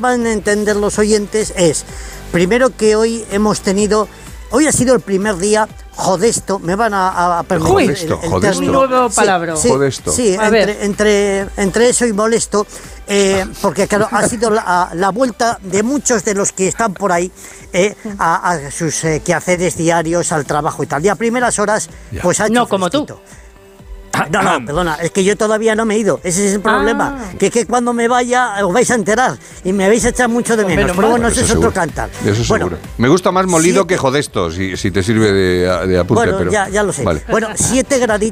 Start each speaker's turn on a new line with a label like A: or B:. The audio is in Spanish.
A: van a entender los oyentes es, primero que hoy hemos tenido, hoy ha sido el primer día jodesto, me van a, a permitir
B: Uy.
A: el-
B: Jodesto,
A: el
B: jodesto.
A: término.
C: Un nuevo
A: Sí,
C: palabra.
A: Sí,
B: Jodesto.
A: sí,
C: A ver.
A: entre, entre, entre eso y molesto, eh,
B: Ah.
A: porque claro, ha sido la, la vuelta de muchos de los que están por ahí eh, a, a sus eh, quehaceres diarios, al trabajo y tal. Y a primeras horas,
B: Ya.
A: pues ha hecho
C: No como tú.
A: fresquito. No, no, perdona, es que yo todavía no me he ido. Ese es el problema.
B: Ah.
A: Que es que cuando me vaya eh, os vais a enterar y me vais a echar mucho de
C: Hombre,
A: menos.
C: no
A: Pero
C: mal.
A: bueno,
B: Bueno,
A: ese
B: eso
A: es
B: seguro.
A: otro cantar.
B: De Eso
A: Bueno,
B: seguro. Me gusta más molido
A: siete-
B: que jodesto, si, si te sirve de, de apunte.
A: Bueno,
B: pero,
A: ya, ya lo sé.
B: Vale.
A: Bueno, 7 graditos.